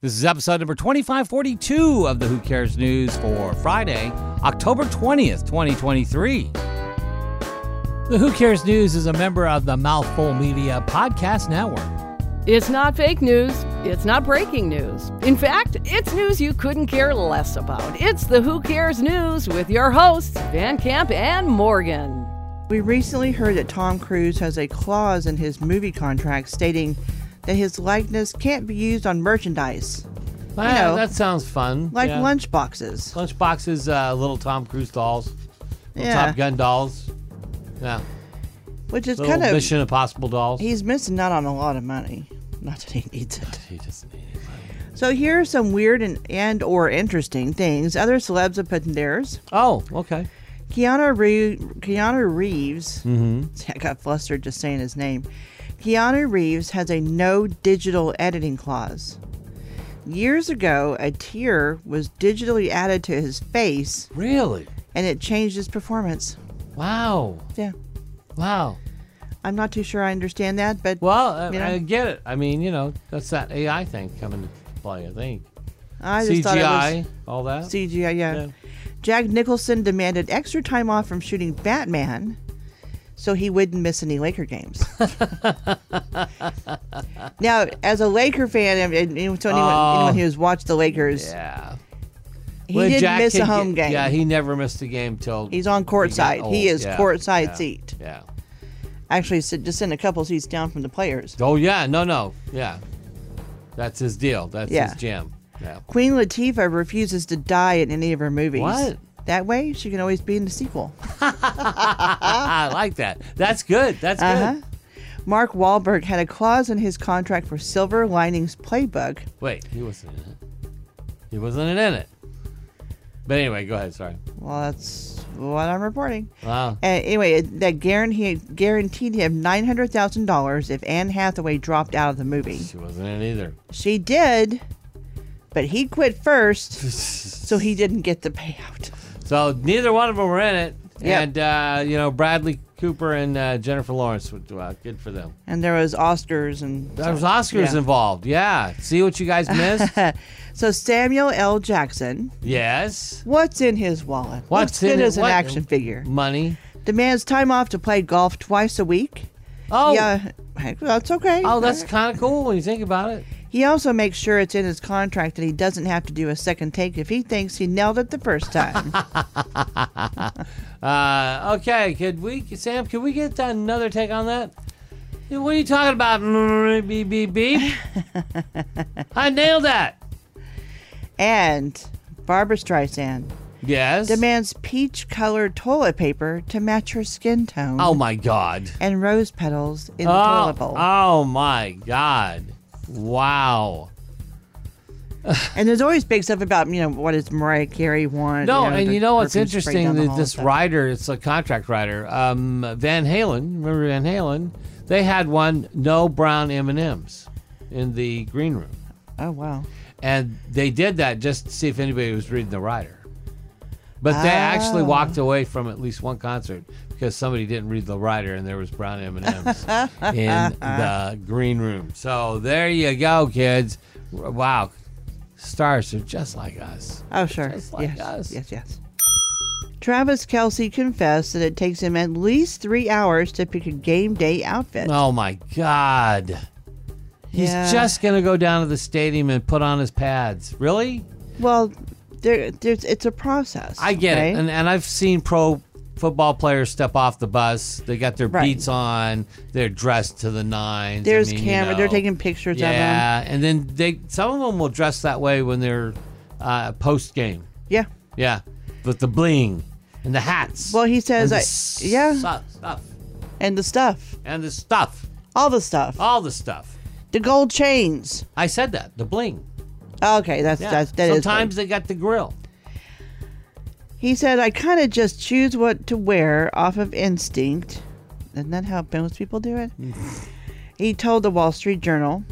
This is episode number 2542 of the Who Cares News for Friday, October 20th, 2023. The Who Cares News is a member of the Mouthful Media Podcast Network. It's not fake news. It's not breaking news. In fact, it's news you couldn't care less about. It's the Who Cares News with your hosts, Van Camp and Morgan. We recently heard that Tom Cruise has a clause in his movie contract stating that his likeness can't be used on merchandise, Ah, know. that sounds fun. like yeah. lunch boxes. Lunchboxes, uh, little Tom Cruise dolls, little Yeah. Top Gun dolls, yeah, Which is little kind of Mission Impossible dolls. he's missing out on a lot of money. Not that he needs it. He doesn't need it. So here are some weird and, and or interesting things other celebs have put in theirs. Oh, okay. Keanu Reeves. Keanu Reeves. See, I got flustered just saying his name. Keanu Reeves has a no digital editing clause. Years ago, a tear was digitally added to his face, Really? and it changed his performance. Wow. Yeah, Wow. I'm not too sure I understand that, but Well, I, You know? I get it. I mean, you know, that's that AI thing coming to play, I think. I just thought CGI, it all that. was CGI. Yeah. Yeah. Jack Nicholson demanded extra time off from shooting Batman, so he wouldn't miss any Laker games. now, as a Laker fan, and, and, and so anyone, Oh. anyone who's watched the Lakers, yeah. he Well, didn't Jack miss a can home get- game. Yeah, he never missed a game till He's on got courtside. He old. is Yeah, courtside yeah, seat. Yeah. Actually, sit, just in a couple seats down from the players. Oh yeah. No no. Yeah. That's his deal. That's Yeah. his jam. Yeah. Queen Latifah refuses to die in any of her movies. What? That way, she can always be in the sequel. I like that. That's good. That's Uh-huh. good. Mark Wahlberg had a clause in his contract for Silver Linings Playbook Wait, he wasn't in it. He wasn't in it. But anyway, go ahead. Sorry. Well, that's what I'm reporting. Wow. Uh, anyway, that guarantee, guaranteed him $900,000 if Anne Hathaway dropped out of the movie. She wasn't in it either. She did, but he quit first, so he didn't get the payout. So neither one of them were in it. Yep. And, uh, you know, Bradley Cooper and uh, Jennifer Lawrence, would- uh, good for them. And there was Oscars and There was Oscars Yeah. involved. Yeah. See what you guys missed? So Samuel L. Jackson, yes. what's in his wallet? What's in good it? as an What- action figure? Money. Demands time off to play golf twice a week. Oh, Yeah, heck, that's okay. oh that's kind of cool when you think about it. He also makes sure it's in his contract that he doesn't have to do a second take if he thinks he nailed it the first time. Uh, okay. Could we, Sam, could we get another take on that? What are you talking about? Mm, Beep, beep, beep. I nailed that. and Barbara Streisand Yes. demands peach colored toilet paper to match her skin tone oh, my God. and rose petals in the Oh, toilet bowl. oh, my God. Wow. and there's always big stuff about, you know, what does Mariah Carey want? No, and the you know what's perfume sprayed interesting? down the That hall this and stuff. writer, it's a contract writer, um, Van Halen. Remember Van Halen? They had one no brown M and M's in the green room, Oh, wow. and they did that just to see if anybody was reading the writer. But they actually Oh. walked away from at least one concert because somebody didn't read the writer, and there was brown M and M's in the green room. So there you go, kids. Wow, stars are just like us. Oh, sure. Just like yes. us. Yes, yes. Travis Kelsey confessed that it takes him at least three hours to pick a game day outfit. Oh my God. He's Yeah. just going to go down to the stadium and put on his pads. Really? Well, there, there's it's a process. I get okay? it. And, and I've seen pro football players step off the bus. They got their Right. beats on. They're dressed to the nines. I There's mean, you camera. They're know. taking pictures of him. Yeah. And then they some of them will dress that way when they're uh, post game. Yeah. Yeah. With the bling and the hats. Well, he says, and the I- s- yeah. Stuff. And the stuff, And the stuff. all the stuff, All the stuff. the gold chains. I said that. The bling. Okay, that's Yeah. that's that is. Sometimes they got the grill. he said, I kind of just choose what to wear off of instinct. Isn't that how most people do it? Mm. he told the Wall Street Journal.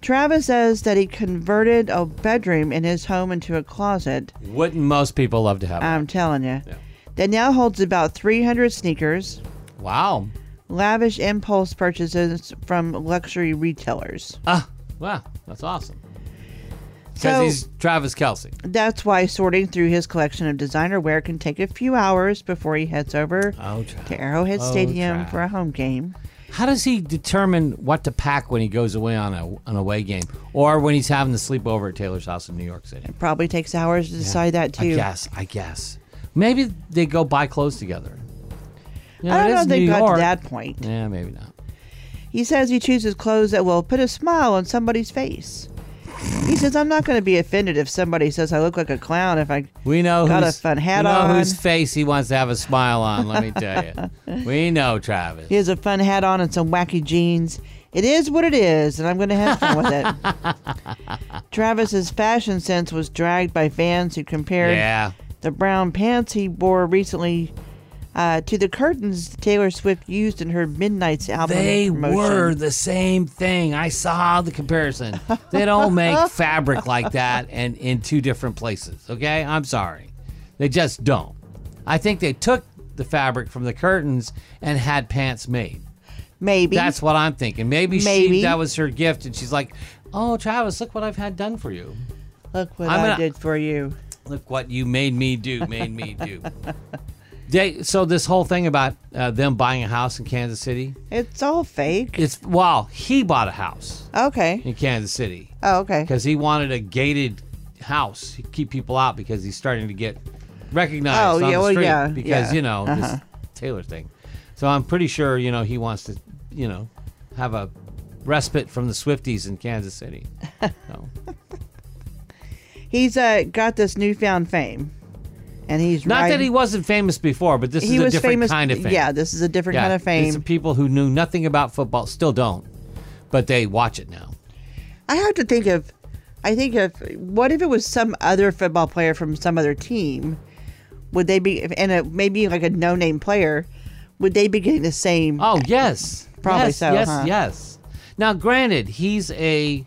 Travis says that he converted a bedroom in his home into a closet. Wouldn't most people love to have? I'm telling you. Oh, Yeah. That now holds about 300 sneakers, it? Wow. lavish impulse purchases from luxury retailers. Ah, wow. That's awesome. Because So- he's Travis Kelsey. That's why sorting through his collection of designer wear can take a few hours before he heads over Oh, to Arrowhead Oh, Stadium Trav. for a home game. How does he determine what to pack when he goes away on a on a away game, or when he's having the sleepover at Taylor's house in New York City? Probably takes hours to decide that I too. guess. I guess. Maybe they go buy clothes together. You it I don't know is if they New got York. to that point. Yeah, maybe not. He says he chooses clothes that will put a smile on somebody's face. He says, I'm not going to be offended if somebody says I look like a clown if I. We know Got a whose- fun hat we know on. whose face he wants to have a smile on. Let me tell you, we know Travis. He has a fun hat on and some wacky jeans. It is what it is, and I'm going to have fun with it. Travis's fashion sense was dragged by fans who compared Yeah, the brown pants he wore recently uh, to the curtains Taylor Swift used in her Midnight's album. they promotion. were the same thing. I saw the comparison. They don't make fabric like that and in two different places. Okay, I'm sorry, they just don't. I think they took the fabric from the curtains and had pants made. Maybe. That's what I'm thinking. Maybe, she Maybe. that was her gift, and she's like, "Oh, Travis, look what I've had done for you. Look what I'm I gonna- did for you. Look what you made me do. Made me do." They, so this whole thing about uh, them buying a house in Kansas City, It's all fake. it's wow. He bought a house Okay. in Kansas City Oh, okay. because he wanted a gated house to keep people out because he's starting to get recognized Oh, on yeah, the well, street yeah, because yeah. Uh-huh. you know this Taylor thing. So I'm pretty sure you know he wants to you know have a respite from the Swifties in Kansas City. So. He's uh, got this newfound fame, and he's Not riding- that he wasn't famous before, but this he is a was different famous. kind of fame. Yeah, this is a different kind of It's the fame. people who knew nothing about football still don't, but they watch it now. I have to think of. I think of what if it was some other football player from some other team? Would they be and it maybe like a no-name player? Would they be getting the same? Oh yes, Probably yes, so, Yes, huh? yes. Now, granted, he's a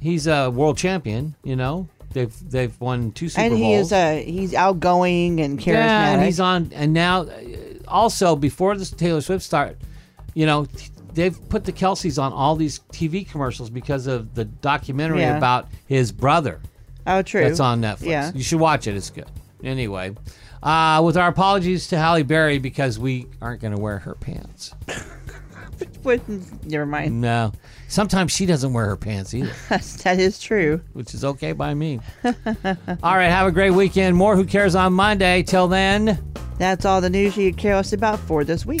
he's a world champion. You know, they've they've won two Super and Bowls. he is uh he's outgoing and charismatic. yeah, and he's on. And now, uh, also before this Taylor Swift start, you know, they've put the Kelseys on all these TV commercials because of the documentary Yeah. about his brother. oh, true. That's on Netflix. Yeah. You should watch it. It's good. Anyway, uh, with our apologies to Halle Berry because we aren't going to wear her pants. What- never mind. No. Sometimes she doesn't wear her pants either, that is true. which is okay by me. All right. Have a great weekend. More Who Cares on Monday. Till then. That's all the news you could care less about for this week.